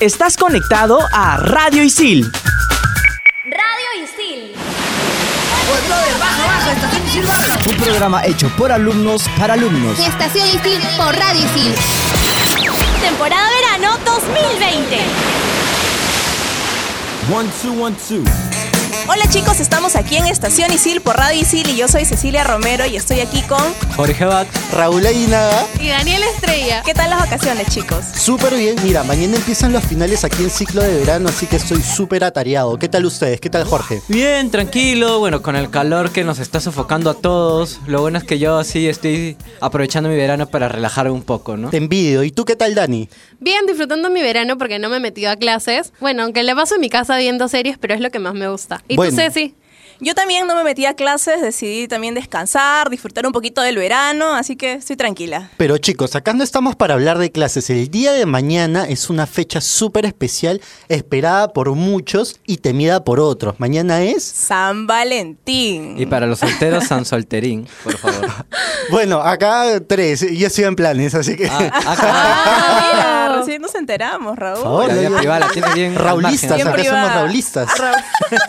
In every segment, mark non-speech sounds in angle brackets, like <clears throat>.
Estás conectado a Radio Isil. Radio Isil. Un programa hecho por alumnos para alumnos. Estación Isil por Radio Isil. Temporada verano 2020. One, two, one, two. Hola chicos, estamos aquí en Estación Isil por Radio Isil y yo soy Cecilia Romero y estoy aquí con... Jorge Bat. Raúl Aguinaga, Y Daniel Estrella. ¿Qué tal las vacaciones chicos? súper bien. Mira, mañana empiezan los finales aquí en ciclo de verano, así que estoy súper atareado. ¿Qué tal ustedes? ¿Qué tal Jorge? Bien, tranquilo, bueno, con el calor que nos está sofocando a todos. Lo bueno es que yo sí estoy aprovechando mi verano para relajarme un poco, ¿no? Te envidio. ¿Y tú qué tal, Dani? Bien, disfrutando mi verano porque no me he metido a clases. Bueno, aunque la paso en mi casa viendo series, pero es lo que más me gusta. ¿Y Bueno. tú, Ceci? Yo también no me metí a clases, decidí también descansar, disfrutar un poquito del verano, así que estoy tranquila. Pero chicos, acá no estamos para hablar de clases. El día de mañana es una fecha súper especial, esperada por muchos y temida por otros. Mañana es... San Valentín. Y para los solteros, San Solterín, por favor. <laughs> Bueno, acá tres. Yo estoy en planes, así que... Ah, acá, Ah, mira, recién nos enteramos, Raúl. Por favor, la vida yo- privada la tiene bien al Raulistas, margen. acá Bien somos privada. raulistas. <laughs>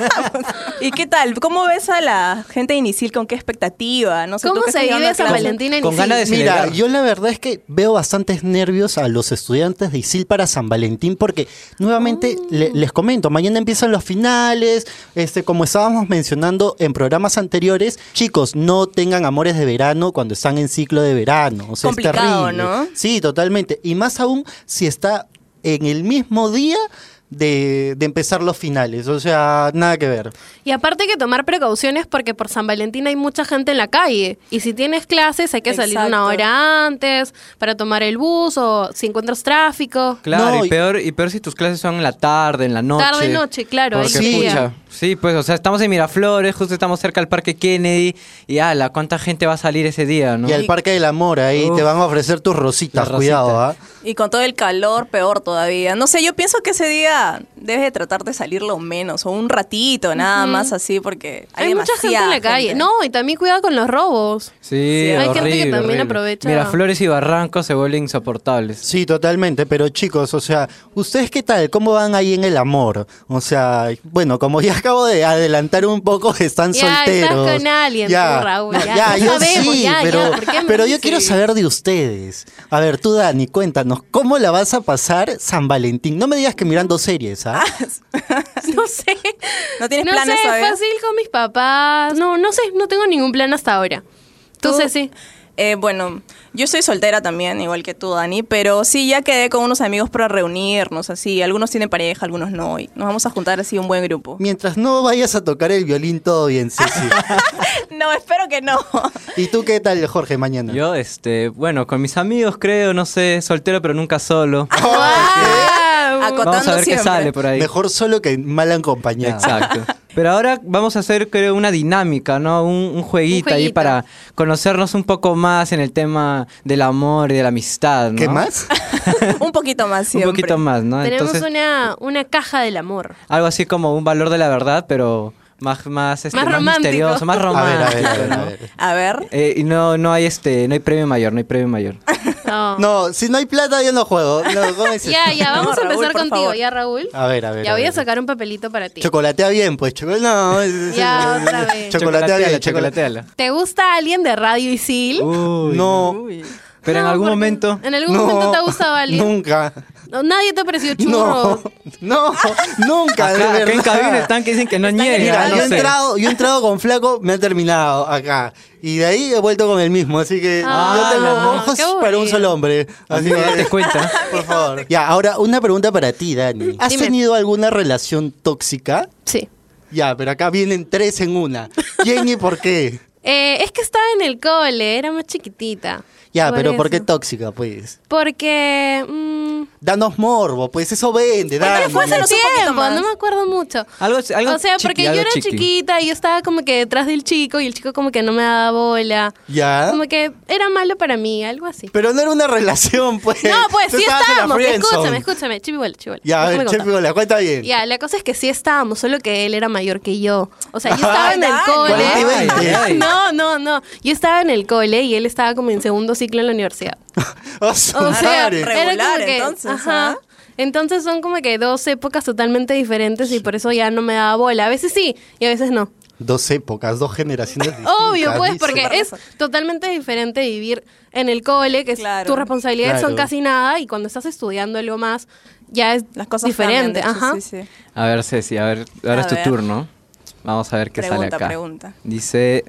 ¿Y qué tal? ¿Cómo ves a la gente de Isil? ¿Con qué expectativa? No sé, ¿Cómo tú que se estás llevando vive a San clases. Valentín en Con Isil? ganas de Mira, celebrar. yo la verdad es que veo bastantes nervios a los estudiantes de ISIL para San Valentín porque nuevamente le- les comento, mañana empiezan los finales, este como estábamos mencionando en programas anteriores, chicos, no tengan amores de verano cuando están en ciclo de verano, o sea, Complicado, es terrible. ¿no? Sí, totalmente, y más aún si está en el mismo día de, de empezar los finales, o sea, nada que ver. Y aparte hay que tomar precauciones porque por San Valentín hay mucha gente en la calle. Y si tienes clases hay que salir Exacto. una hora antes para tomar el bus o si encuentras tráfico. Claro, No, y- y, peor, y peor si tus clases son en la tarde, en la noche. Tarde, noche, claro, Porque, ahí sí. pucha, sí, pues, o sea, estamos en Miraflores, justo estamos cerca del Parque Kennedy. Y ala, ¿cuánta gente va a salir ese día, no? Y al Parque del Amor, ahí Uf. te van a ofrecer tus rositas, Las rositas. cuidado, ¿ah? Y con todo el calor, peor todavía. No sé, yo pienso que ese día debes de tratar de salir lo menos, o un ratito, nada más así, porque hay, Hay, mucha gente en la demasiada calle. gente. No, y también cuidado con los robos. Sí, Hay gente que horrible, también horrible. aprovecha- Miraflores y Barrancos se vuelven insoportables. Sí, totalmente, pero chicos, o sea, ¿ustedes qué tal? ¿Cómo van ahí en el amor? O sea, bueno, como ya acabo de adelantar un poco, están Ya, estás solteros. con alguien, tú, Raúl, No, ya, ya, ya yo sabemos, sí, ya, ya, pero, ¿por qué me pero yo dices? quiero saber de ustedes. A ver, tú, Dani, cuéntanos, ¿cómo la vas a pasar San Valentín? No me digas que mirando series, ¿ah? <laughs> No sé. ¿No tienes planes sé, todavía? fácil con mis papás. No, no sé, no tengo ningún plan hasta ahora. Tú, ¿Tú? Ceci. Eh, bueno, yo soy soltera también, igual que tú, Dani, pero sí, ya quedé con unos amigos para reunirnos, así. Algunos tienen pareja, algunos no, y nos vamos a <laughs> juntar así un buen grupo. Mientras no vayas a tocar el violín, todo bien, <laughs> Ceci. No, espero que no. ¿Y tú qué tal, Jorge, mañana? Yo, este, bueno, con mis amigos creo, no sé, soltero pero nunca <laughs> solo. Ah, <laughs> Acotando Vamos a ver qué siempre. sale por ahí. Mejor solo que mal acompañado. <laughs> Exacto. Pero ahora vamos a hacer, creo, una dinámica, ¿no? Un, un jueguito Un ahí jueguito. para conocernos un poco más en el tema del amor y de la amistad, ¿no? ¿Qué más? <laughs> un <laughs> poquito más Un siempre. poquito más, ¿no? Tenemos Entonces, una, una caja del amor. algo así como un valor de la verdad, pero más, más, este, Más romántico. misterioso, más A ver, romántico. a ver, a ver, a ¿no? ver. A ver. Eh, y no, no hay este, no hay premio mayor, no hay premio mayor. No. No, si no hay plata yo no juego. No, ¿cómo es eso? <laughs> Ya, ya, vamos No, a empezar Raúl, por contigo, favor. ya, Raúl. A ver, a ver. ya voy ver. a sacar un papelito para ti. Chocolatea bien, pues. Chocolate. No, <laughs> es- Ya, otra vez. Chocolatea bien, chocolatea. chocolateala. ¿Te gusta alguien de Radio Isil? Uh. Uy, No. Pero en No, algún porque momento. En algún No, momento te ha gustado alguien. Nunca. No, nadie te ha parecido No, churro. no, nunca, de Acá, acá en verdad. cabina están que dicen que no Mira, niegan. yo, No he sé. entrado, yo he entrado con flaco, me ha terminado acá. Y de ahí he vuelto con el mismo, así que Ah, yo tengo no, ojos qué aburrido. para un solo hombre. Así Amigo, date que, cuenta. <laughs> por favor. Ya, ahora una pregunta para ti, Dani. ¿Has Dime. tenido alguna relación tóxica? Sí. Ya, pero acá vienen tres en una. ¿Quién y por qué? Eh, es que estaba en el cole, era más chiquitita. Ya, pero ¿por qué eso. tóxica, pues? Porque. mm, Danos morbo, pues eso vende, dale. fuerza Cuéntanos los- un poquito tiempo, más. no me acuerdo mucho. Algo- algo o sea, chiqui, porque yo algo era chiqui. chiquita y yo estaba como que detrás del chico y el chico como que no me daba bola. Ya. Como que era malo para mí, algo así. Pero no era una relación, pues. <laughs> No, pues Tú sí estabas en la estábamos. friendzone. Escúchame, escúchame, chipibola, chipibola. Ya, a ver, Déjame Chepi, contar. la cuenta bien. Ya, la cosa es que sí estábamos, solo que él era mayor que yo. <laughs> O sea, yo estaba en el Ay, Cuarenta y <laughs> veinte. cole. No, no, no. Yo estaba en el cole y <laughs> él estaba como en segundo ciclo en la universidad. O sea, O Oh, sea, madre. regular, era como que, entonces, ajá. ¿ah? Entonces son como que dos épocas totalmente diferentes y por eso ya no me daba bola. A veces sí y a veces no. Dos épocas, dos generaciones distintas. <laughs> Obvio, pues, dice. porque es totalmente diferente vivir en el cole, que es- Claro. tus responsabilidades son Claro. casi nada, y cuando estás estudiando algo más, ya es Las cosas diferente. cambian, de hecho, Ajá. sí, sí. A ver, Ceci, a ver, ahora A es tu ver. turno. Vamos a ver qué sale Pregunta, acá. pregunta. Dice,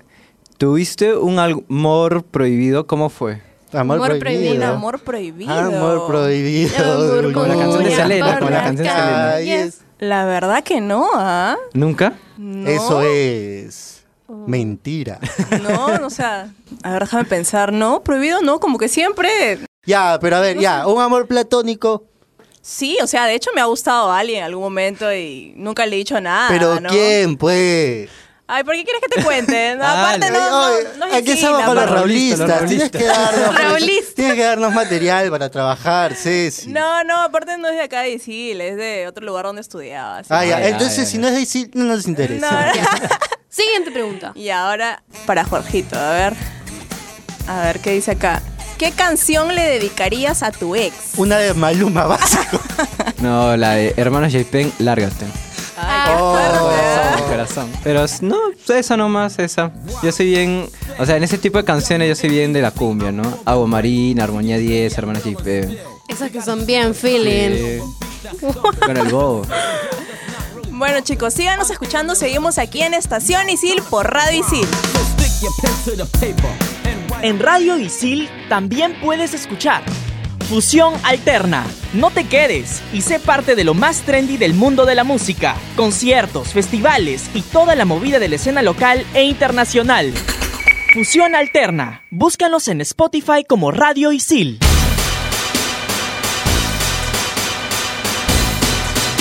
¿tuviste un amor prohibido? ¿Cómo fue? Amor, prohibido. Amor Un prohibido. amor prohibido. Amor prohibido. Amor Como la canción de Selena, como la canción de Selena. Calles. La verdad que no, ¿ah? ¿Nunca? No. Eso es mentira. No, o sea, a ver, déjame pensar, no, prohibido no, como que siempre, ya, pero a ver, ya, un amor platónico. sí, o sea, de hecho me ha gustado alguien en algún momento y nunca le he dicho Ah, nada, pero ¿no? ¿quién, pues? Ay, ¿por qué quieres que te <laughs> cuente? No, Ah, aparte no, Ay, no, no es aquí así, estamos con los barra. tampoco. raulistas. Los raulistas. Tienes, que <laughs> darnos, Raulistas. tienes que darnos material para trabajar, Ceci. No, no, aparte no es de acá de Isil, es de otro lugar donde estudiaba. así. Ah, ya, Ah, ya, entonces ya, si ya. no es decir, no nos interesa. No, <laughs> no. Siguiente pregunta. Y ahora para Jorgito, a ver. A ver qué dice acá. ¿Qué canción le dedicarías a tu ex? Una de Maluma <laughs> <laughs> básico. No, la de Hermanos J-Pen, lárgate. Ah. Corazón, corazón. Pero s- no, esa nomás, esa. Yo soy bien, o sea, en ese tipo de canciones yo soy bien de la cumbia, ¿no? Agua Marina, Armonía 10, Hermanos J-Pen. Esas que son bien feeling. Eh, Con el bobo. Bueno, chicos, síganos escuchando. Seguimos aquí en Estación Isil por Radio Isil. En Radio Isil también puedes escuchar Fusión Alterna. No te quedes y sé parte de lo más trendy del mundo de la música. Conciertos, festivales y toda la movida de la escena local e internacional. Fusión Alterna. Búscanos en Spotify como Radio Isil.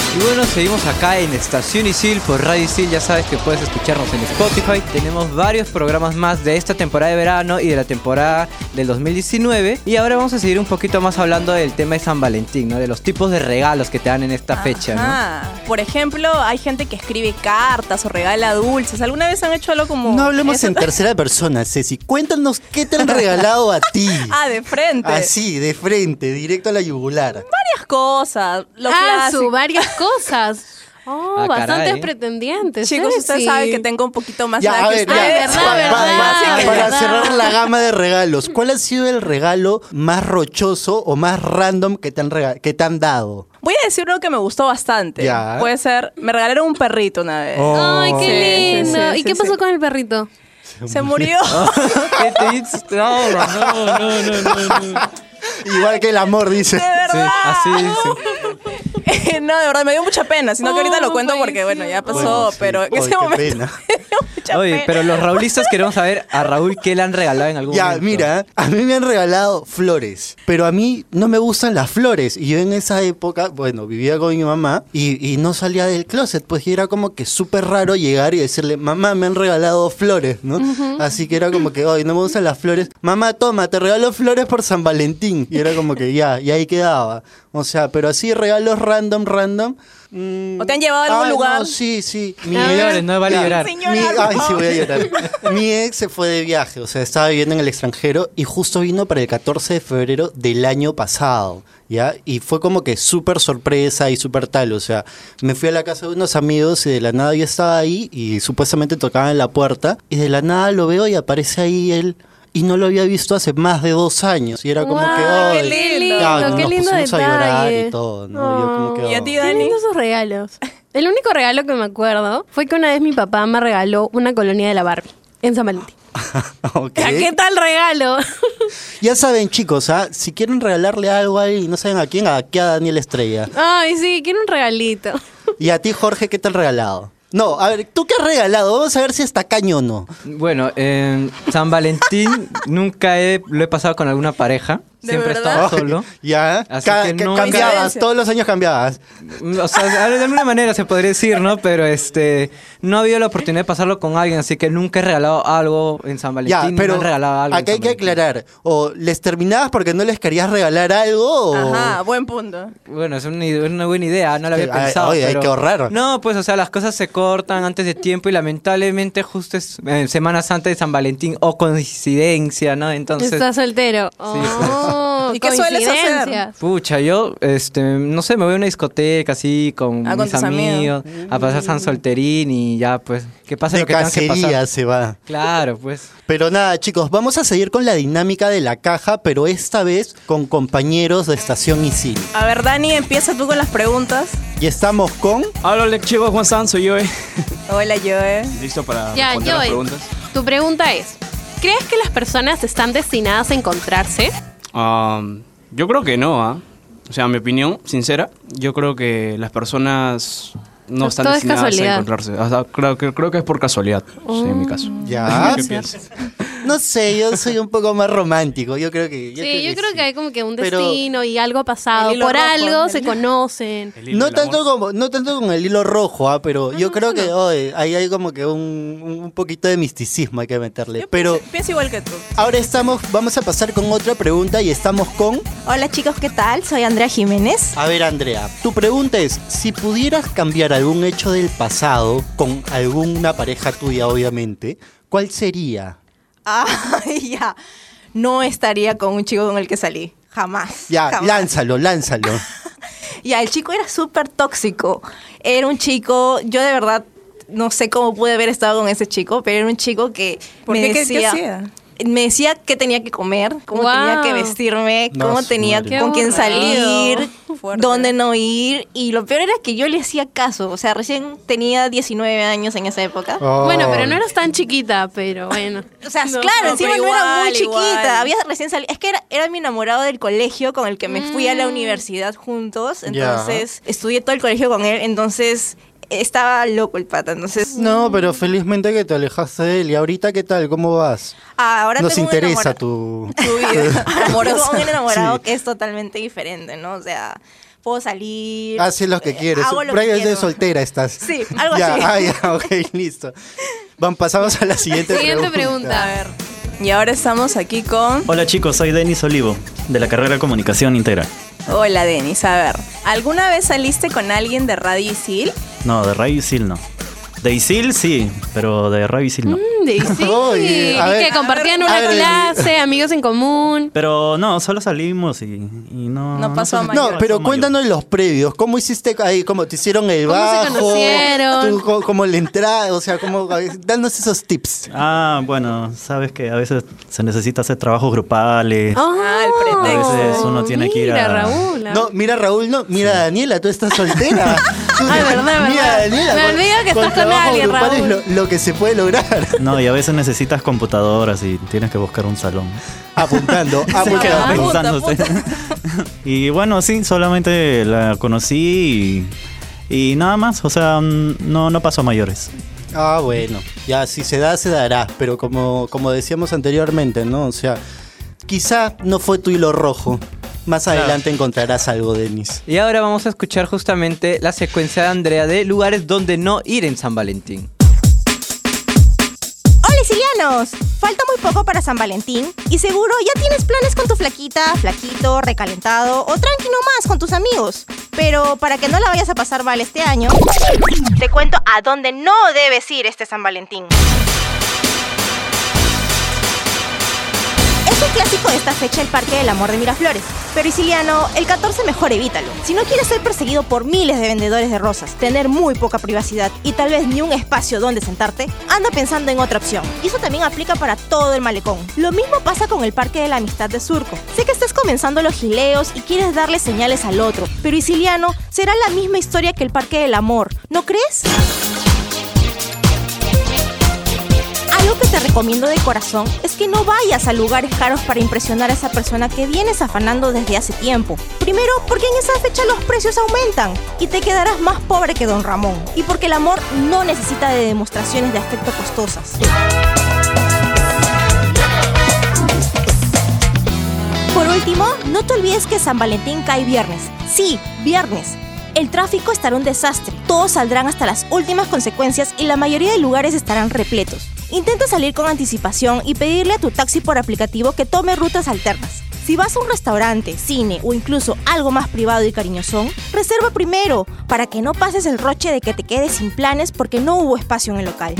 Y bueno, seguimos acá en Estación Isil por Radio Isil. Ya sabes que puedes escucharnos en Spotify. Tenemos varios programas más de esta temporada de verano y de la temporada del 2019. Y ahora vamos a seguir un poquito más hablando del tema de San Valentín, ¿no? De los tipos de regalos que te dan en esta fecha, ¿no? Ajá. Ah, Por ejemplo, hay gente que escribe cartas o regala dulces. ¿Alguna vez han hecho algo como.? No hablemos eso? en tercera persona, Ceci. Cuéntanos qué te han regalado a ti. <laughs> Ah, de frente. Así, de frente, directo a la yugular. Varias cosas. Lo Ah, clásico. su <laughs> varias cosas. Oh, Ah, caray. bastantes pretendientes. Chicos, Ceci. ustedes saben que tengo un poquito más Ya, edad a que ver, ustedes. ya. Ay, verdad, Pa- verdad, pa- verdad. para cerrar la gama de regalos, ¿cuál ha sido el regalo más rochoso o más random que te han, rega- que te han dado? <laughs> Voy a decir uno que me gustó bastante. Ya. Oh. Puede ser. Me regalaron un perrito una vez. Ay, qué Sí, sí, lindo. sí, ¿Y qué sí, pasó sí. con el perrito? Se murió. <laughs> ¿Qué te dices? No, no, no, no, no, no. Igual que el amor, dice. De Sí, verdad. Eh, así sí. <laughs> no, de verdad, me dio mucha pena. Sino que ahorita Oh, lo cuento porque, falleció. bueno, ya pasó. Bueno, sí. Pero este en Oy, ese qué momento <laughs> pena. me dio mucha Oye, pena. pero los raulistas queremos saber a Raúl qué le han regalado en algún Ya, momento. mira, a mí me han regalado flores, pero a mí no me gustan las flores. Y yo en esa época, bueno, vivía con mi mamá y, y no salía del closet, pues y era como que súper raro llegar y decirle, mamá, me han regalado flores, ¿no? Así que era como que, ay, no me gustan las flores. Mamá, toma, te regalo flores por San Valentín. Y era como que ya, y ahí quedaba. O sea, pero así regalos random, random. mm, ¿O te han llevado a algún ay, lugar? No, sí, sí. Mi No llores, no vale Ya. llorar. Señora, Mi- no. ay, sí, voy a llorar. Mi ex se fue de viaje, o sea, estaba viviendo en el extranjero y justo vino para el 14 de febrero del año pasado, ¿ya? Y fue como que súper sorpresa y súper tal, o sea, me fui a la casa de unos amigos y de la nada yo estaba ahí y supuestamente tocaban la puerta y de la nada lo veo y aparece ahí él. Y no lo había visto hace más de dos años. Y era como Guau, que. qué ay, lindo, ya, qué nos lindo pusimos a llorar detalle. y todo, ¿no? Yo como que, ¿Y a ti, ay. Qué Dani? lindos esos regalos. <laughs> El único regalo que me acuerdo fue que una vez mi papá me regaló una colonia de la Barbie en San Valentín. Ok. O sea, ¿Qué tal regalo? Ya saben, chicos, ¿ah? si quieren regalarle algo a alguien y no saben a quién, aquí a Daniel Estrella. Ay, sí, quiero un regalito. Y a ti, Jorge, ¿qué te han regalado? No, a ver, ¿tú qué has regalado? Vamos a ver si está caño o no. Bueno, en San Valentín nunca he, lo he pasado con alguna pareja. ¿De Siempre he estado Ay, solo. Ya, Así Ca- que ca- no- cambiabas, Coincidencia. todos los años cambiabas. mm, O sea, de alguna manera se podría decir, ¿no? Pero este, no ha habido la oportunidad de pasarlo con alguien, así que nunca he regalado algo en San Valentín. Ya, ni me pero han regalado algo en acá hay San que Valentín. aclarar. O les terminabas porque no les querías regalar algo o... Ajá, Ah, buen punto. Bueno, es una, ide- una buena idea, no la había Ay, pensado. oye, hay pero- que ahorrar. No, pues, o sea, las cosas se cortan antes de tiempo y lamentablemente justo es eh, Semana Santa de San Valentín o coincidencia, ¿no? Entonces. Está soltero. pues. Oh, no, <laughs> ¿Y qué sueles hacer? coincidencias. Pucha, yo, este, no sé, me voy a una discoteca así con Ah, con mis tus amigos, amigos. Mm. a pasar San Solterín y ya, pues, que pase De lo que tenga que cacería pasar. se va. Claro, pues. Pero nada, chicos, vamos a seguir con la dinámica de la caja, pero esta vez con compañeros de Estación Isil. A ver, Dani, empieza tú con las preguntas. Y estamos con. Hola chicos, Juan San, soy yo. eh. Hola, Joe. ¿Listo para Ya, responder Ah, las yo. preguntas? Tu pregunta es: ¿crees que las personas están destinadas a encontrarse? Um, yo creo que no, ¿ah? O sea, mi opinión sincera, yo creo que las personas no Pues están todo es destinadas casualidad. a encontrarse. O sea, creo, que, creo que es por casualidad, sí, en mi caso. Ya. ¿Qué piensas? Ah, No sé, yo soy un poco más romántico. Yo creo que. sí, yo creo que hay como que un Pero- destino y algo ha pasado. El hilo Por rojo, algo el- se conocen. No tanto, como, no tanto con el hilo rojo, ah, pero yo creo que oye, ahí hay como que un, un poquito de misticismo hay que meterle. Yo Pero pienso- pienso igual que tú. ahora estamos, vamos a pasar con otra pregunta y estamos con. Hola chicos, ¿qué tal? Soy Andrea Jiménez. <laughs> A ver, Andrea, tu pregunta es: si pudieras cambiar algún hecho del pasado con alguna pareja tuya, obviamente, ¿cuál sería? Ay, ya. No estaría con un chico con el que salí. Jamás. Ya, jamás. lánzalo, lánzalo. Ya, el chico era súper tóxico. Era un chico, yo de verdad no sé cómo pude haber estado con ese chico, pero era un chico que ¿Por me qué? ¿Qué- qué decía... hacía? me decía qué tenía que comer, cómo Wow. tenía que vestirme, No, cómo su tenía madre. con Qué quién aburrido. salir, Fuerte. dónde no ir. Y lo peor era que yo le hacía caso. O sea, recién tenía 19 años en esa época. Bueno, pero no eras tan chiquita, pero bueno. O <laughs> sea, No, claro, no, encima pero no era muy igual, igual. chiquita. Había recién salido. Es que era, era mi enamorado del colegio con el que me fui a la universidad juntos. Entonces, estudié todo el colegio con él. Entonces, estaba loco el pata. Entonces, No, pero felizmente que te alejaste de él. ¿Y ahorita qué tal? ¿Cómo vas? Ah, ahora Nos tengo un interesa enamora- tu... tu vida <laughs> amorosa. un enamorado Sí. que es totalmente diferente, ¿no? O sea, puedo salir. <laughs> Haces Ah, lo que eh, quieres. Hago lo Por que ahí es de quiero. soltera estás. Sí, algo ya, así. Ah, ya, <laughs> ok, listo. Van, pasamos a la siguiente, Mm, Siguiente pregunta. A ver. Y ahora estamos aquí con. Hola chicos, soy Denis Olivo, de la carrera de Comunicación Integral. Hola, Denis. A ver, ¿alguna vez saliste con alguien de Radio Isil? No, de Radio Isil no. De Isil sí, pero de Radio Isil no. Mm, de- sí, <laughs> Oye, a y ver, que compartían una a ver. clase, amigos en común. Pero no, solo salimos y, y no... No pasó a sé. mayor. No, pero Mayor. cuéntanos los previos. ¿Cómo hiciste ahí? ¿Cómo te hicieron el ¿Cómo se bajo? conocieron? Tú, co- ¿Cómo le entrada? O sea, como danos esos tips. Ah, bueno, sabes que a veces se necesita hacer trabajos grupales. Ah, el pretexto. A veces uno tiene que ir Mira, a- Raúl. a- No, mira Raúl, no, mira Daniela, tú estás soltera. Tú- Ah, verdad, Mira verdad. Daniela. Me con- olvido que estás con trabajos alguien, grupales Raúl. Lo, lo que se puede lograr. No, y a veces necesitas computadoras y tienes que buscar un salón. Apuntando, apuntando. Apunta, Pensándose. <laughs> y bueno, sí, solamente la conocí y, y nada más. O sea, mm, no, no pasó a mayores. Ah, bueno, ya si se da, se dará, pero como, como decíamos anteriormente, ¿no? O sea, quizá no fue tu hilo rojo. Más adelante encontrarás algo, Denis. Y ahora vamos a escuchar justamente la secuencia de Andrea de lugares donde no ir en San Valentín. Hola sirianos, falta muy poco para San Valentín y seguro ya tienes planes con tu flaquita, flaquito, recalentado o tranquilo más con tus amigos. Pero para que no la vayas a pasar mal este año, te cuento a dónde no debes ir este San Valentín. Es un clásico de esta fecha el Parque del Amor de Miraflores. Pero Isiliano, el 14 mejor evítalo. Si no quieres ser perseguido por miles de vendedores de rosas, tener muy poca privacidad y tal vez ni un espacio donde sentarte, anda pensando en otra opción. Y eso también aplica para todo el malecón. Lo mismo pasa con el Parque de la Amistad de Surco. Sé que estás comenzando los gileos y quieres darle señales al otro, pero Isiliano, será la misma historia que el Parque del Amor, ¿no crees? Algo que te recomiendo de corazón es que no vayas a lugares caros para impresionar a esa persona que vienes afanando desde hace tiempo. Primero, porque en esa fecha los precios aumentan y te quedarás más pobre que Don Ramón. Y porque el amor no necesita de demostraciones de afecto costosas. Por último, no te olvides que San Valentín cae viernes. Sí, viernes. El tráfico estará un desastre. Todos saldrán hasta las últimas consecuencias y la mayoría de lugares estarán repletos. Intenta salir con anticipación y pedirle a tu taxi por aplicativo que tome rutas alternas. Si vas a un restaurante, cine o incluso algo más privado y cariñosón, reserva primero para que no pases el roche de que te quedes sin planes porque no hubo espacio en el local.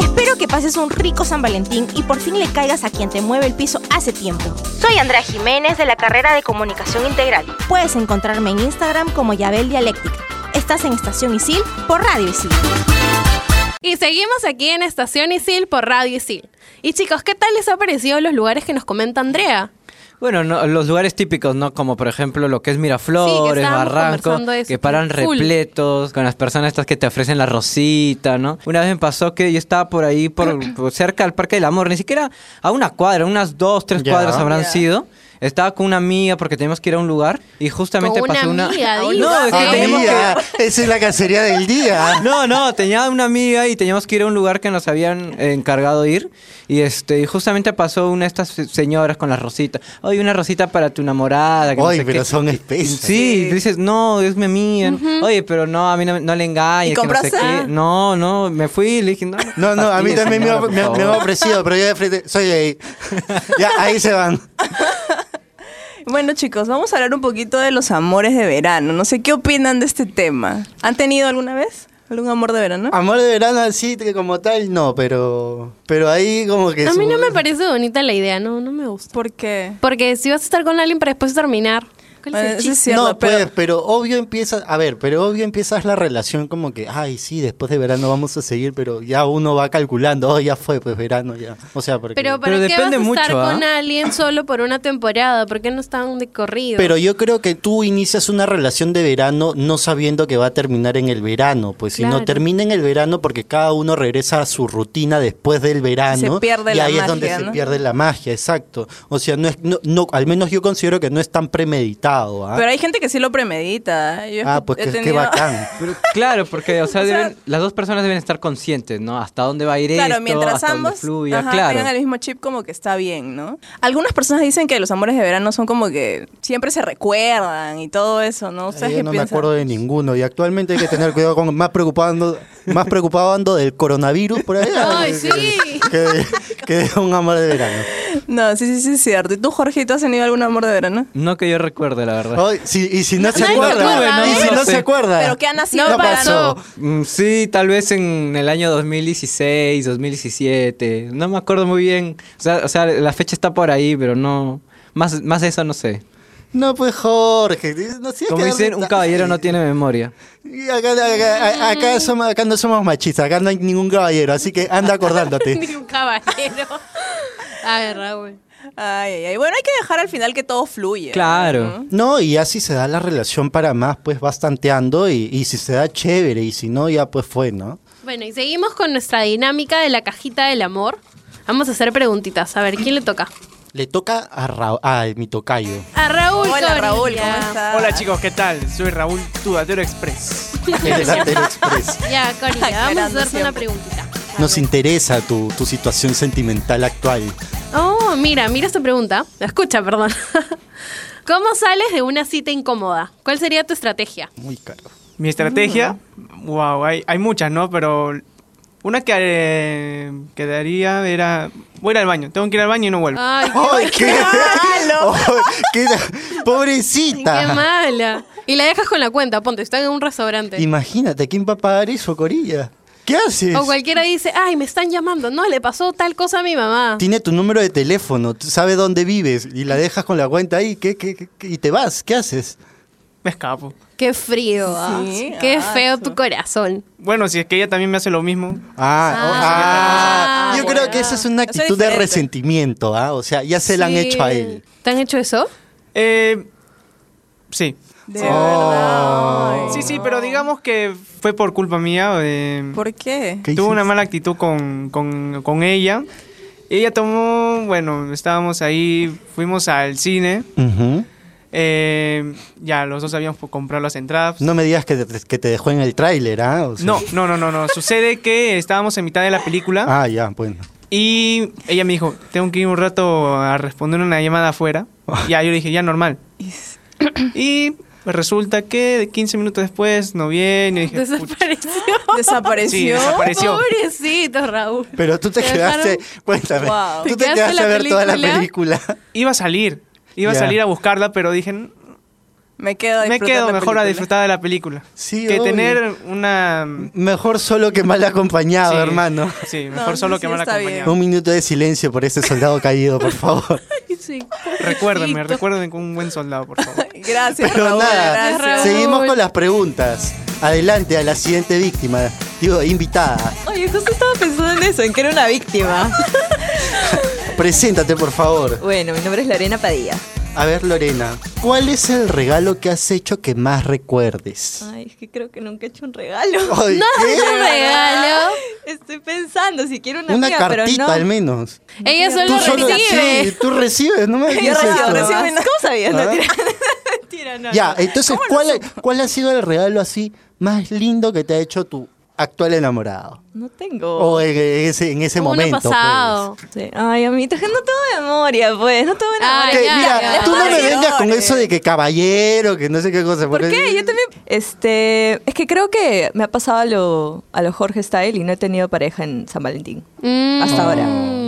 Espero que pases un rico San Valentín y por fin le caigas a quien te mueve el piso hace tiempo. Soy Andrea Jiménez de la carrera de Comunicación Integral. Puedes encontrarme en Instagram como Yabel Dialéctica. Estás en Estación Isil por Radio Isil. Y seguimos aquí en Estación Isil por Radio Isil. Y chicos, ¿qué tal les ha parecido los lugares que nos comenta Andrea? Bueno, no, los lugares típicos, ¿no? Como por ejemplo lo que es Miraflores, estábamos Barranco, conversando de eso, que paran full. repletos con las personas estas que te ofrecen la rosita, ¿no? Una vez me pasó que yo estaba por ahí, <clears throat> por, por cerca del Parque del Amor, ni siquiera a una cuadra, unas dos, tres Ya. cuadras habrán Ya. sido. Estaba con una amiga porque teníamos que ir a un lugar y justamente Con una pasó una... <laughs> amiga, Ah, no, es que dice. teníamos que... Amiga, Esa es la cacería del <laughs> día. <laughs> No, no, tenía una amiga y teníamos que ir a un lugar que nos habían eh, encargado ir. Y este, y justamente pasó una de estas se- señoras con la rosita. Oye, una rosita para tu enamorada. Que no Ay, sé pero qué. son especias. Sí, dices, no, es mi amiga. Oye, pero no, a mí no, no le engañes. ¿Y que no sé compraste? qué. No, no, me fui y le dije, no. No, no, a mí fastidies, también me, señora, ha- por me ha- <laughs> me han favor. ofrecido, pero yo de frente soy gay. <laughs> ya, ahí se van. Bueno, chicos, vamos a hablar un poquito de los amores de verano. No sé qué opinan de este tema. ¿Han tenido alguna vez algún amor de verano? Amor de verano así que como tal, no, pero pero ahí como que... A su- mí no me parece bonita la idea, no, no me gusta. ¿Por qué? Porque si vas a estar con alguien para después terminar, ¿cuál es el Bueno, eso chiste? es cierto, no, pues, pero... obvio empiezas, a ver, pero obvio empiezas la relación como que, ay, sí, después de verano vamos a seguir, pero ya uno va calculando, oh, ya fue, pues verano ya. O sea, porque... Pero Pero, ¿para qué vas a depende estar mucho, ¿ah? con alguien solo por una temporada? ¿Por qué no están de corrido? yo creo que tú inicias una relación de verano no sabiendo que va a terminar en el verano, pues si no Claro. termina en el verano porque cada uno regresa a su rutina después del verano. Se pierde y la ahí es magia, donde se ¿no? pierde la magia, exacto. O sea, no es, no, no, al menos yo considero que no es tan premeditado. ¿ah? Pero hay gente que sí lo premedita. ¿eh? Yo he ah, escu- pues he que, qué tenido- bacán. Pero claro, porque o sea, O sea- deben- las dos personas deben estar conscientes, ¿no? Hasta dónde va a ir <laughs> Claro, esto, mientras hasta dónde ambos fluya, ajá, claro. tengan el mismo chip, como que está bien, ¿no? Algunas personas dicen que los amores de verano son como que siempre se recuerdan y todo eso, ¿no? Ay, ¿Ustedes yo qué no me piensan? acuerdo de ninguno y actualmente hay que tener cuidado con más preocupado ando- más preocupado ando del coronavirus por ahí Ay, que- sí. que, de- que de un amor de verano. <laughs> No, sí, sí, sí, es cierto. ¿Y tú, Jorge, tú has tenido algún amor de verano? No que yo recuerde, la verdad. Ay, si- y si no, se nadie se acuerda, acuerda, y ¿eh? si no No se sé. acuerda. Pero que ha nacido ¿Qué No para pasó. Mm, Sí, tal vez en el año 2016, 2017. No me acuerdo muy bien. O sea, o sea, la fecha está por ahí, pero no. Más, más eso no sé. No, pues Jorge, no tienes Como que dicen, un darle- caballero no tiene memoria. Y Acá, acá- acá somos- acá no somos machistas, acá no hay ningún caballero, así que anda acordándote. <laughs> <laughs> Ni un caballero. <laughs> A ver, Raúl. Ay, ay, ay. Bueno, hay que dejar al final que todo fluye. Claro. No, y así se da la relación para más, pues bastanteando, y, y si se da chévere, y si no, ya pues fue, ¿no? Bueno, y seguimos con nuestra dinámica de la cajita del amor. Vamos a hacer preguntitas. A ver, ¿quién le toca? Le toca a, Ra- a mi tocayo. A Raúl. Hola, Corilla. Raúl, ¿cómo estás? Hola chicos, ¿qué tal? Soy Raúl Tudatero Express. El Latero Express. Ya, Corilla, vamos a Aclarando hacerte una siempre. preguntita. Nos interesa tu, tu situación sentimental actual. Oh, mira, mira esta pregunta. Escucha, perdón. <laughs> ¿Cómo sales de una cita incómoda? ¿Cuál sería tu estrategia? <laughs> Muy caro. Mi estrategia, wow, hay, hay muchas, ¿no? Pero una que, eh, que daría era, voy a ir al baño, tengo que ir al baño y no vuelvo. Ay, ¡Ay, qué malo! <laughs> qué, qué ¡Pobrecita! mala. Y la dejas con la cuenta, ponte, están en un restaurante. Imagínate, ¿quién va a pagar eso, Corilla? ¿Qué haces? O cualquiera dice, ay, me están llamando. No, le pasó tal cosa a mi mamá. Tiene tu número de teléfono, tú sabe dónde vives y la dejas con la cuenta ahí ¿qué- qué- qué- qué? y te vas. ¿Qué haces? Me escapo. Qué frío. ah. Sí, Qué ah, feo su- tu corazón. Bueno, si es que ella también me hace lo mismo. Ah, Ah, oh, ah. ah, yo bueno. creo que esa es una Eso es actitud de diferente. resentimiento, ¿ah? O sea, ya se la han Sí. hecho a él. ¿Te han hecho eso? Eh, sí. De verdad. Ay, Sí, sí, pero digamos que fue por culpa mía. eh, ¿Por qué? ¿Qué tuve una hiciste? mala actitud con, con, con ella. Ella tomó, bueno, estábamos ahí, fuimos al cine. Ujú. eh, ya, los dos habíamos comprado las entradas. No me digas que te, que te dejó en el tráiler, ¿ah? O sea- No, no, no, no, <laughs> no. Sucede que estábamos en mitad de la película Ah, ya, bueno. y ella me dijo, tengo que ir un rato a responder una llamada afuera. Ah. Ya, yo le dije, ya normal. Y resulta que 15 minutos después no viene. y dije, "Pucha". Desapareció. Sí, <laughs> ¿Desapareció? desapareció. Pobrecito, Raúl. Pero tú te Te quedaste, dejaron- cuéntame, Wow. tú te ¿Te quedaste quedaste la a ver toda la película? película. Iba a salir, iba Ya. a salir a buscarla, pero dije, Me quedo a Me disfrutar quedo la mejor a película. disfrutar de la película. Sí, que obvio. tener una... Mejor solo que mal acompañado, Sí. hermano. Sí, mejor solo que mal <laughs> acompañado. Un minuto de silencio por ese soldado caído, por favor. Recuérdenme, recuérdenme con un buen soldado, por favor. Gracias, Pero Raúl. nada, gracias. seguimos con las preguntas. Adelante a la siguiente víctima. Digo, invitada. Oye, justo estaba pensando en eso, en que era una <laughs> víctima. Preséntate, por favor. Bueno, mi nombre es Lorena Padilla. A ver, Lorena, ¿cuál es el regalo que has hecho que más recuerdes? Ay, es que creo que nunca he hecho un <laughs> regalo. <laughs> Ay, No, ¿qué? es un <laughs> regalo. Estoy pensando si quiero una, Una amiga, pero cartita, no. al menos. Ella solo Tú solo- recibe. sí, tú recibes, no me <laughs> Yo digas recibo, eso. recibo y no- ¿Cómo sabías? No, Ah. tira. <laughs> Ya, entonces, ¿cuál, ¿cuál ha sido el regalo así más lindo que te ha hecho tu actual enamorado? No tengo. O en en ese, en ese momento. pues. Sí. Ay, amito, es que no tengo memoria, pues. No tengo memoria. Que, mira, Eh, tú no me vengas con eso de que caballero, que no sé qué cosa. ¿Por qué? Yo también. Este. Es que creo que me ha pasado a lo, a lo Jorge Style y no he tenido pareja en San Valentín. Hasta ahora. Mm.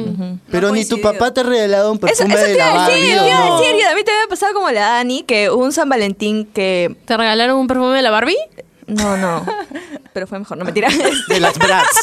Pero ni tu papá te ha regalado un Mm. Eso, perfume eso te de iba a lavado. decir, te iba a decir. Yo también te había pasado como la Dani, que hubo un San Valentín que. ¿Te regalaron un perfume de la Barbie? <laughs> No, no. Pero fue mejor, no me tiras. De las <laughs> brats.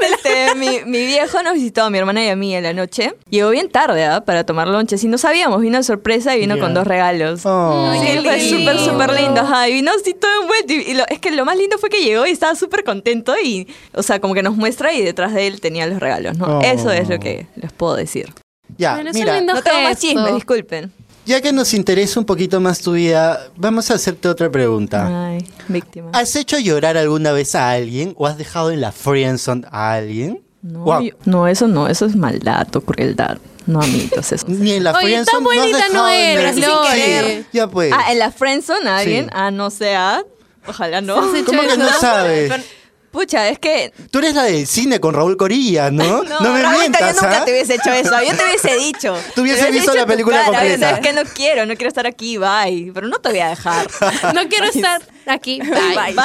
Este, <laughs> mi, mi viejo nos visitó a mi hermana y a mí en la noche. Llegó bien tarde ¿ah? para tomar lonches y no sabíamos. Vino de sorpresa y vino Ya. con dos regalos. Oh. Ay, sí, qué fue lindo. súper, súper lindo. Ajá, y vino así todo envuelto. Y, y lo- es que lo más lindo fue que llegó y estaba súper contento. Y, o sea, como que nos muestra y detrás de él tenía los regalos, ¿no? Oh. Eso es lo que les puedo decir. Ya, Pero es un mira, lindo No tengo más gesto. chismes, disculpen. Ya que nos interesa un poquito más tu vida, vamos a hacerte otra pregunta. Ay, Ah, víctima. ¿Has hecho llorar alguna vez a alguien o has dejado en la friendzone a alguien? No, Guau. yo- no, eso no, eso es maldad o crueldad. No, amiguitos, eso. Ni en la Oye, friendzone tan no has bonita dejado no en eres, el- Lore. Sí, ya pues. Ah, en la friendzone a alguien, Sí. ah, no sea. Ojalá no. ¿Cómo que no sabes? Pucha, es que Tú eres la del cine con Raúl Corilla, <laughs> ¿no? no, No, me Raulito, mientas, yo nunca ¿ah? te hubiese hecho eso, yo te <laughs> hubiese dicho. Tú hubieses Te hubiese visto dicho la tu película cara, completa. oye, sabes que no quiero, no quiero estar aquí, bye, pero no te voy a dejar. No quiero estar aquí. Bye.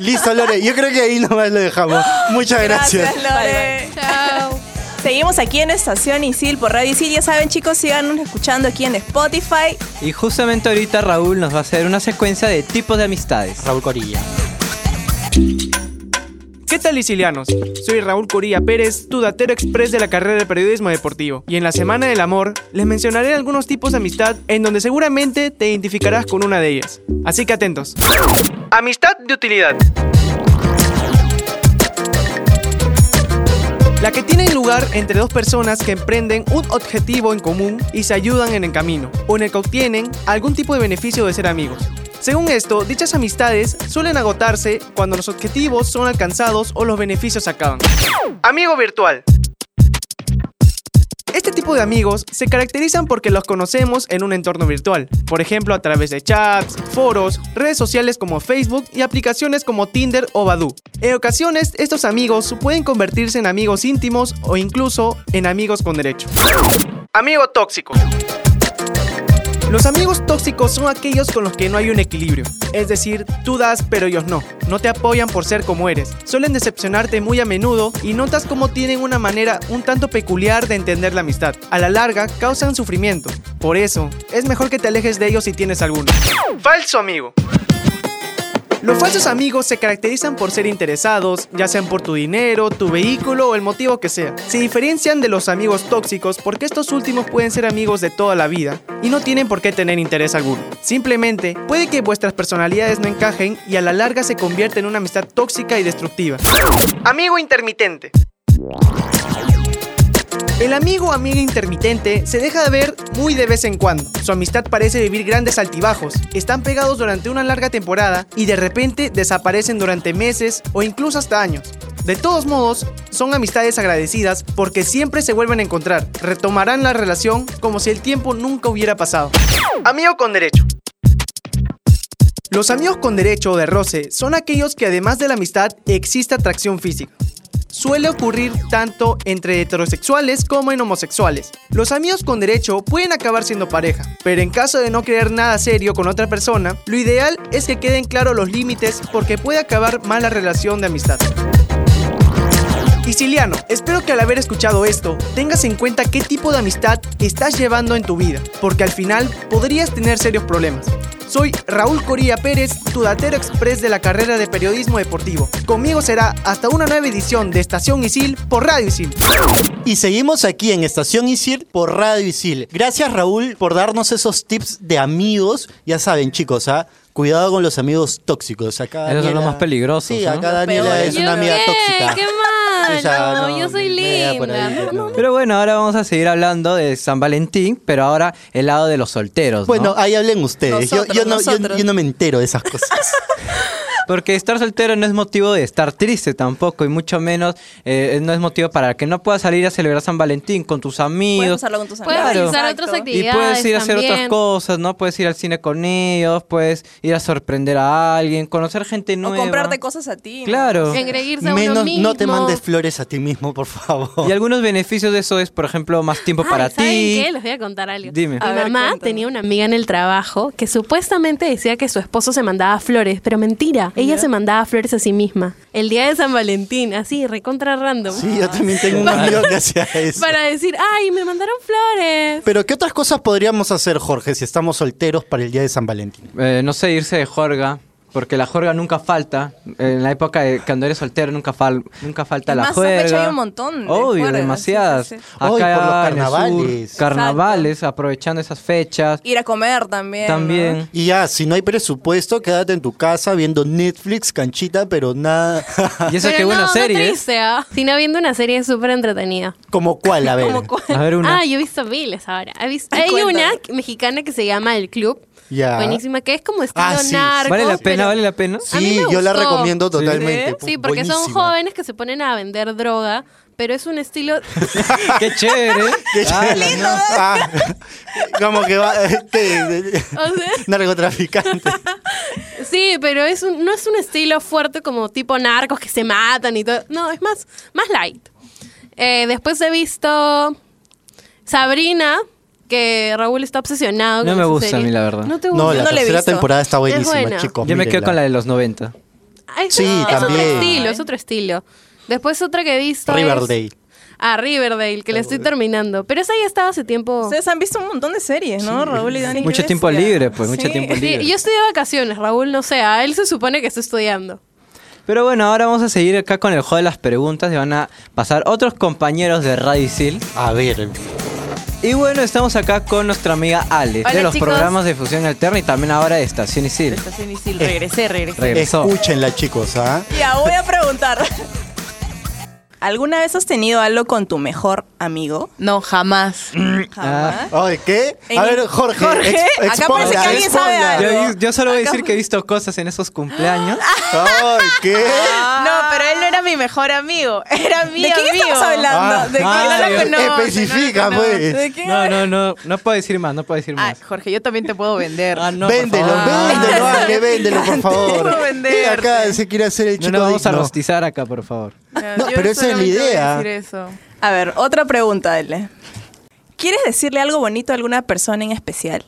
Listo, Lore. Yo creo que ahí nomás lo <laughs> dejamos. Muchas gracias. Lore. Chao. Seguimos aquí en Estación Isil por Radio Isil. Ya saben, chicos, síganos escuchando aquí en Spotify. Y justamente ahorita Raúl nos va a hacer una secuencia de tipos de amistades. Raúl Corilla. ¿Qué tal, Isilianos? Soy Raúl Corilla Pérez, tu datero express de la carrera de periodismo deportivo. Y en la Semana del Amor les mencionaré algunos tipos de amistad en donde seguramente te identificarás con una de ellas. Así que atentos. Amistad de utilidad. La que tiene lugar entre dos personas que emprenden un objetivo en común y se ayudan en el camino, o en el que obtienen algún tipo de beneficio de ser amigos. Según esto, dichas amistades suelen agotarse cuando los objetivos son alcanzados o los beneficios se acaban. Amigo virtual. Este tipo de amigos se caracterizan porque los conocemos en un entorno virtual, por ejemplo a través de chats, foros, redes sociales como Facebook y aplicaciones como Tinder o Badoo. En ocasiones, estos amigos pueden convertirse en amigos íntimos o incluso en amigos con derecho. Amigo tóxico. Los amigos tóxicos son aquellos con los que no hay un equilibrio. Es decir, tú das pero ellos no. No te apoyan por ser como eres. Suelen decepcionarte muy a menudo y notas cómo tienen una manera un tanto peculiar de entender la amistad. A la larga causan sufrimiento. Por eso, es mejor que te alejes de ellos si tienes alguno. Falso amigo. Los falsos amigos se caracterizan por ser interesados, ya sean por tu dinero, tu vehículo o el motivo que sea. Se diferencian de los amigos tóxicos porque estos últimos pueden ser amigos de toda la vida y no tienen por qué tener interés alguno. Simplemente puede que vuestras personalidades no encajen y a la larga se convierte en una amistad tóxica y destructiva. Amigo intermitente. El amigo o amiga intermitente se deja de ver muy de vez en cuando. Su amistad parece vivir grandes altibajos. Están pegados durante una larga temporada y de repente desaparecen durante meses o incluso hasta años. De todos modos, son amistades agradecidas porque siempre se vuelven a encontrar. Retomarán la relación como si el tiempo nunca hubiera pasado. Amigo con derecho. Los amigos con derecho o de roce son aquellos que además de la amistad existe atracción física. Suele ocurrir tanto entre heterosexuales como en homosexuales. Los amigos con derecho pueden acabar siendo pareja, pero en caso de no creer nada serio con otra persona, lo ideal es que queden claros los límites porque puede acabar mal la relación de amistad. Isiliano, espero que al haber escuchado esto, tengas en cuenta qué tipo de amistad estás llevando en tu vida, porque al final podrías tener serios problemas. Soy Raúl Corilla Pérez, tu datero express de la carrera de periodismo deportivo. Conmigo será hasta una nueva edición de Estación Isil por Radio Isil. Y seguimos aquí en Estación Isil por Radio Isil. Gracias Raúl por darnos esos tips de amigos. Ya saben chicos, ¿ah? cuidado con los amigos tóxicos. Esos Acá son los Daniela- más peligrosos. Sí, ¿no? acá Daniela es una eh, amiga tóxica. ¡Qué mal! O sea, no, no, yo soy media por linda. ahí, No, no, Pero bueno, ahora vamos a seguir hablando de San Valentín, pero ahora el lado de los solteros. ¿no? Bueno, ahí hablen ustedes. Yo- yo, no, yo- yo no me entero de esas cosas. Porque estar soltero no es motivo de estar triste tampoco, y mucho menos eh, no es motivo para que no puedas salir a celebrar San Valentín con tus Puedes amigos. pasarlo con tus amigos. Puedes realizar otras Y actividades puedes ir a hacer también. otras cosas, ¿no? Puedes ir al cine con ellos, puedes ir a sorprender a alguien, conocer gente O nueva. comprarte cosas a ti. ¿no? Claro. Engreírse a uno Menos no te mismo. mandes flores a ti mismo, por favor. Y algunos beneficios de eso es, por ejemplo, más tiempo Ay, para ¿saben ti. qué? Les voy a contar algo. Dime. Mi A ver, mamá tenía una amiga en el trabajo que supuestamente decía que su esposo se mandaba flores, pero mentira, ella se mandaba flores a sí misma. El día de San Valentín, así, recontra random. Sí, yo también tengo <laughs> <laughs> un amigo que hacía eso. Para decir, ay, me mandaron flores. Pero ¿qué otras cosas podríamos hacer, Jorge, si estamos solteros para el día de San Valentín? Eh, no sé, irse de jorga. Porque la jorga nunca falta. En la época de cuando eres soltero nunca, fal- nunca falta Es la más, juerga. sospecha hay un montón de Obvio, juergas, demasiadas. sí, sí, sí. Acá Oh, y por los en el sur, carnavales. carnavales, aprovechando esas fechas. Ir a comer también. También. ¿no? Y ya, si no hay presupuesto, quédate en tu casa viendo Netflix, canchita, pero nada. <laughs> Y eso Pero que no, buenas no ¿eh? series. triste, ¿ah? Sino viendo una serie súper entretenida. ¿Como cuál? A ver. A ver una. Ah, yo he visto miles ahora. He visto- Ay, hay cuéntame. una mexicana que se llama El Club. Ya. Buenísima, que es como estilo Ah, sí. narcos, ¿Vale la pero- pena? ¿Vale la pena? A mí Sí, me yo la gustó. recomiendo totalmente. pu- Sí, porque son buenísima. jóvenes que se ponen a vender droga, pero es <laughs> un estilo... <laughs> ¡Qué chévere! Qué <laughs> chévere. Ah, como que va. Este, o sea, <laughs> narcotraficante. sí, pero es un- no es un estilo fuerte como tipo narcos que se matan y todo. No, es más, más light. Eh, después he visto Sabrina, que Raúl está obsesionado No con me esa gusta a serie. mí, la verdad. No te gusta. No, la la he tercera visto. temporada está buenísima, buena. chicos. Yo me quedo mírenla. con la de los 90. Ah, es- Sí, es también. otro estilo, es otro estilo. Después otra que he visto es- Riverdale. Ah, Riverdale, que la estoy terminando. Pero esa ya estaba hace tiempo... Ustedes han visto un montón de series, ¿no? Raúl y Dani. Mucho qué tiempo bestia. libre, pues, mucho Sí. tiempo Sí, libre. yo estoy de vacaciones, Raúl, no sé, a él se supone que está estudiando. Pero bueno, ahora vamos a seguir acá con el juego de las preguntas y van a pasar otros compañeros de Radicil. A ver. Y bueno, estamos acá con nuestra amiga Ale, Hola, de los chicos. programas de Fusión Alterna y también ahora de Estación Isil. Estación Isil, regresé, regresé. Regresó. Escúchenla, chicos, ¿ah? Ya, voy a preguntar. ¿Alguna vez has tenido algo con tu mejor amigo? Mm, No, jamás. Jamás. Ah. Ay, ¿qué? A En- ver, Jorge. Jorge, ex- acá parece que exponga, alguien sabe exponga. algo. Yo, yo solo voy a decir que he visto cosas en esos <laughs> cumpleaños. Ah. Ay, ¿qué? No, pero él no era mi mejor amigo. Era mi ¿De quién amigo. estamos hablando? ¿De quién? Ah, No lo yo- conozco. especifica, pues. ¿De quién? No, no, no, no puedo decir más, no puedo decir Ah, más. Jorge, yo también te puedo vender. Ah, no, por véndelo, favor. véndelo, Ah. Ale, véndelo, por favor. Quiero venderte. Mira acá se quiere hacer el No chico. nos vamos a digno. rostizar acá, por favor. No, Yo pero esa es la solamente voy a idea. decir eso. A ver, otra pregunta, Dele. ¿Quieres decirle algo bonito a alguna persona en especial?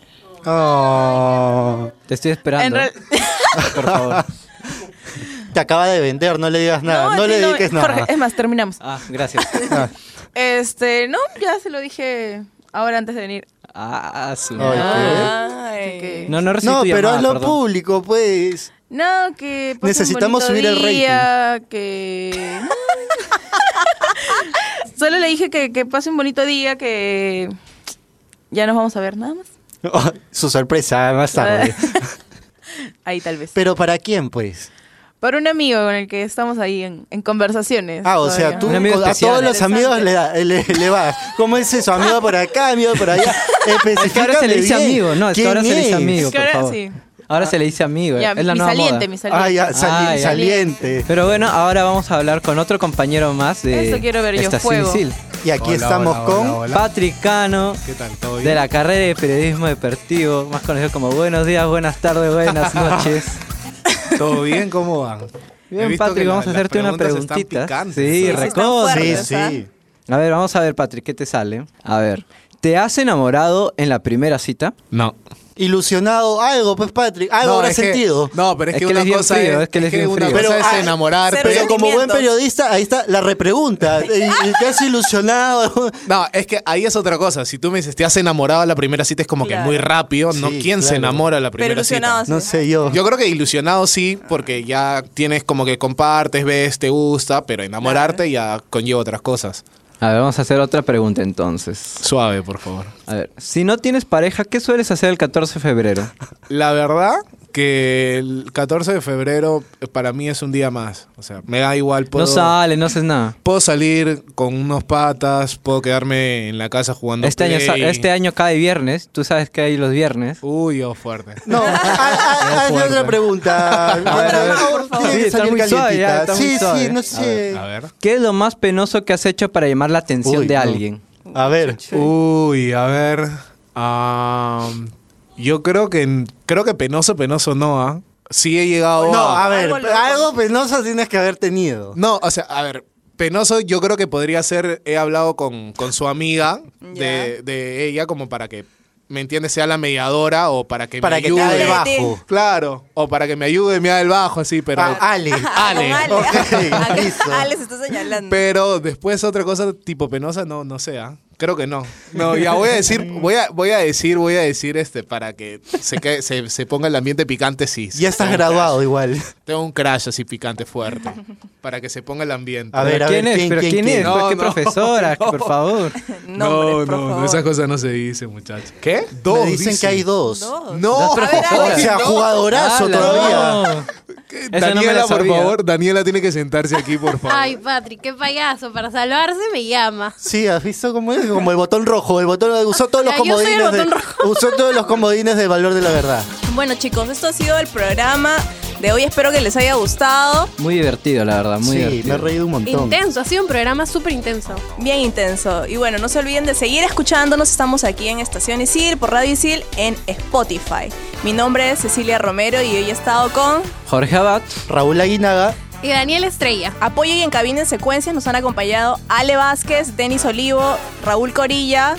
Oh. Te estoy esperando. En Por favor. <laughs> Te acaba de vender, no le digas nada, no, sí, le dediques nada. eh, Jorge, es más, terminamos. Ah, gracias. Ah, Este, no, ya se lo dije ahora antes de venir. Ah, Ah, su Ay, madre. Ay. Que- No, no recibí No, tu pero llamada, hazlo perdón. público, pues. No, que pasen Necesitamos un bonito subir el día, Que <laughs> solo le dije que, que pase un bonito día, que ya nos vamos a ver nada más. Oh, su sorpresa, más Eh. tarde. <laughs> Ahí tal vez. pero ¿para quién, pues? Para un amigo con el que estamos ahí en, en conversaciones. Ah, o todavía. sea, tú Un amigo a especial. todos los amigos le, da- le, le vas. ¿Cómo es eso? Amigo por acá, amigo por allá. Es que ahora se le dice Especificame amigo, no, es que bien ahora se le dice quién amigo, Es que por ahora favor. sí. Ahora se le dice amigo, Ya, es la mi nueva saliente, moda. mi saliente. Ah, ya, sali- Ah, ya. saliente. Pero bueno, ahora vamos a hablar con otro compañero más de Eso quiero ver yo, Estación fuego. Isil. Y aquí Hola, estamos hola, con. hola, hola. Patrick Cano, ¿Qué tal? ¿Todo bien? de la carrera de periodismo deportivo, más conocido como Buenos días, buenas tardes, <laughs> buenas noches. ¿Todo bien? ¿Cómo van? He Bien, visto que Patrick, la- vamos a las hacerte una preguntas están preguntita. picantes, Sí, ¿eh? ¿eh? recodo. Sí, fuertes, ¿ah? sí. A ver, vamos a ver, Patrick, ¿qué te sale? A ver, ¿te has enamorado en la primera cita? No. Ilusionado, algo, pues Patrick, algo No, habrá es que- sentido. no, pero es Es que que él una es bien cosa frío, es- es que él es es que bien una frío. cosa es ah, enamorar, Pero, pero- como buen sentimientos. periodista, ahí está la <laughs> repregunta. Y- ah, y te has ilusionado. No, es que ahí es otra cosa. Si tú me dices, te has enamorado a la primera cita, es como Claro. que muy rápido, ¿no? Sí, ¿Quién se claro. enamora a la Pero primera ilusionado, cita? sí. No sé yo. Yo creo que ilusionado sí, porque ya tienes como que compartes, ves, te gusta, pero enamorarte ya conlleva otras cosas. A ver, vamos a hacer otra pregunta entonces. Suave, por favor. A ver, si no tienes pareja, ¿qué sueles hacer el 14 de febrero? La verdad que el 14 de febrero eh, para mí es un día más. O sea, me da igual. Puedo, No sale, no haces nada. puedo salir con unos patas, puedo quedarme en la casa jugando Este año, sa- Play. este año cae viernes, tú sabes que hay los viernes. Uy, oh, fuerte. No, ha- ha- ah, hazme <laughs> otra pregunta. Tiene que Sí, está salir muy suave, ya, calientita. está muy Sí, sí, suave. no sé. A ver. ¿Qué es lo más penoso que has hecho para llamar la atención Uy, de no. alguien? A ver. Uy, a ver. am, yo creo que creo que penoso, penoso no, ¿ah? Sí he llegado No, a- a ver, algo pues, penoso tienes que haber tenido. No, o sea, a ver, penoso yo creo que podría ser, he hablado con, con su amiga de, de ella como para que, ¿me entiendes? Sea la mediadora o para que Para me que te ayude. haga el bajo. Claro, o para que me ayude y me haga el bajo, así, pero... Ah, Ale. <laughs> <laughs> Ale. Ok, listo. Alex está señalando. Pero después otra cosa tipo penosa, no, no sea. Creo que no. No, ya voy a <laughs> decir, voy a, voy a decir, voy a decir este, para que se, que- se, se ponga el ambiente picante, sí. sí, Ya estás tengo un graduado igual. crash. Tengo un crash así picante fuerte. Para que se ponga el ambiente. A ver, a ¿Quién ver, es? ¿quién, ¿Pero quién, quién quién? es? ¿Qué <laughs> profesora? Por favor. No, no, no, esas cosas no se dicen, muchachos. ¿Qué? Dos, Me dicen que hay dos. No, Dos profesoras. O sea, jugadorazo Ala, todavía. no. Esa no me Daniela, la por sabía. favor, Daniela tiene que sentarse aquí, por favor. Ay, Patrick, qué payaso. Para salvarse me llama. Sí, has visto cómo es como el botón rojo, el botón usó todos los Ya, yo soy el comodines de, botón usó todos los comodines del valor de la verdad. Bueno, chicos, esto ha sido el programa de hoy. Espero que les haya gustado. Muy divertido, la verdad, muy Sí, divertido. me he reído un Intenso, ha sido un programa súper intenso. Bien intenso. Y bueno, no se olviden de seguir escuchándonos. Estamos aquí en Estación Isil, por Radio Isil, en Spotify. Mi nombre es Cecilia Romero y hoy he estado con... Jorge Abad. Raúl Aguinaga. Y Daniel Estrella. Apoyo y en cabina en secuencia nos han acompañado Ale Vázquez, Denis Olivo, Raúl Corilla,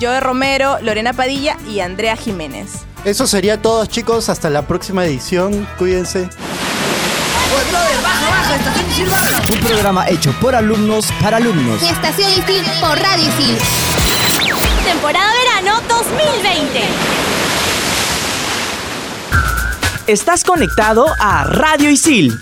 Joe Romero, Lorena Padilla y Andrea Jiménez. Eso sería todo, chicos. Hasta la próxima edición. Cuídense. Un programa hecho por alumnos para alumnos. Estación Isil por Radio Isil. Temporada verano 2020. Estás conectado a Radio Isil.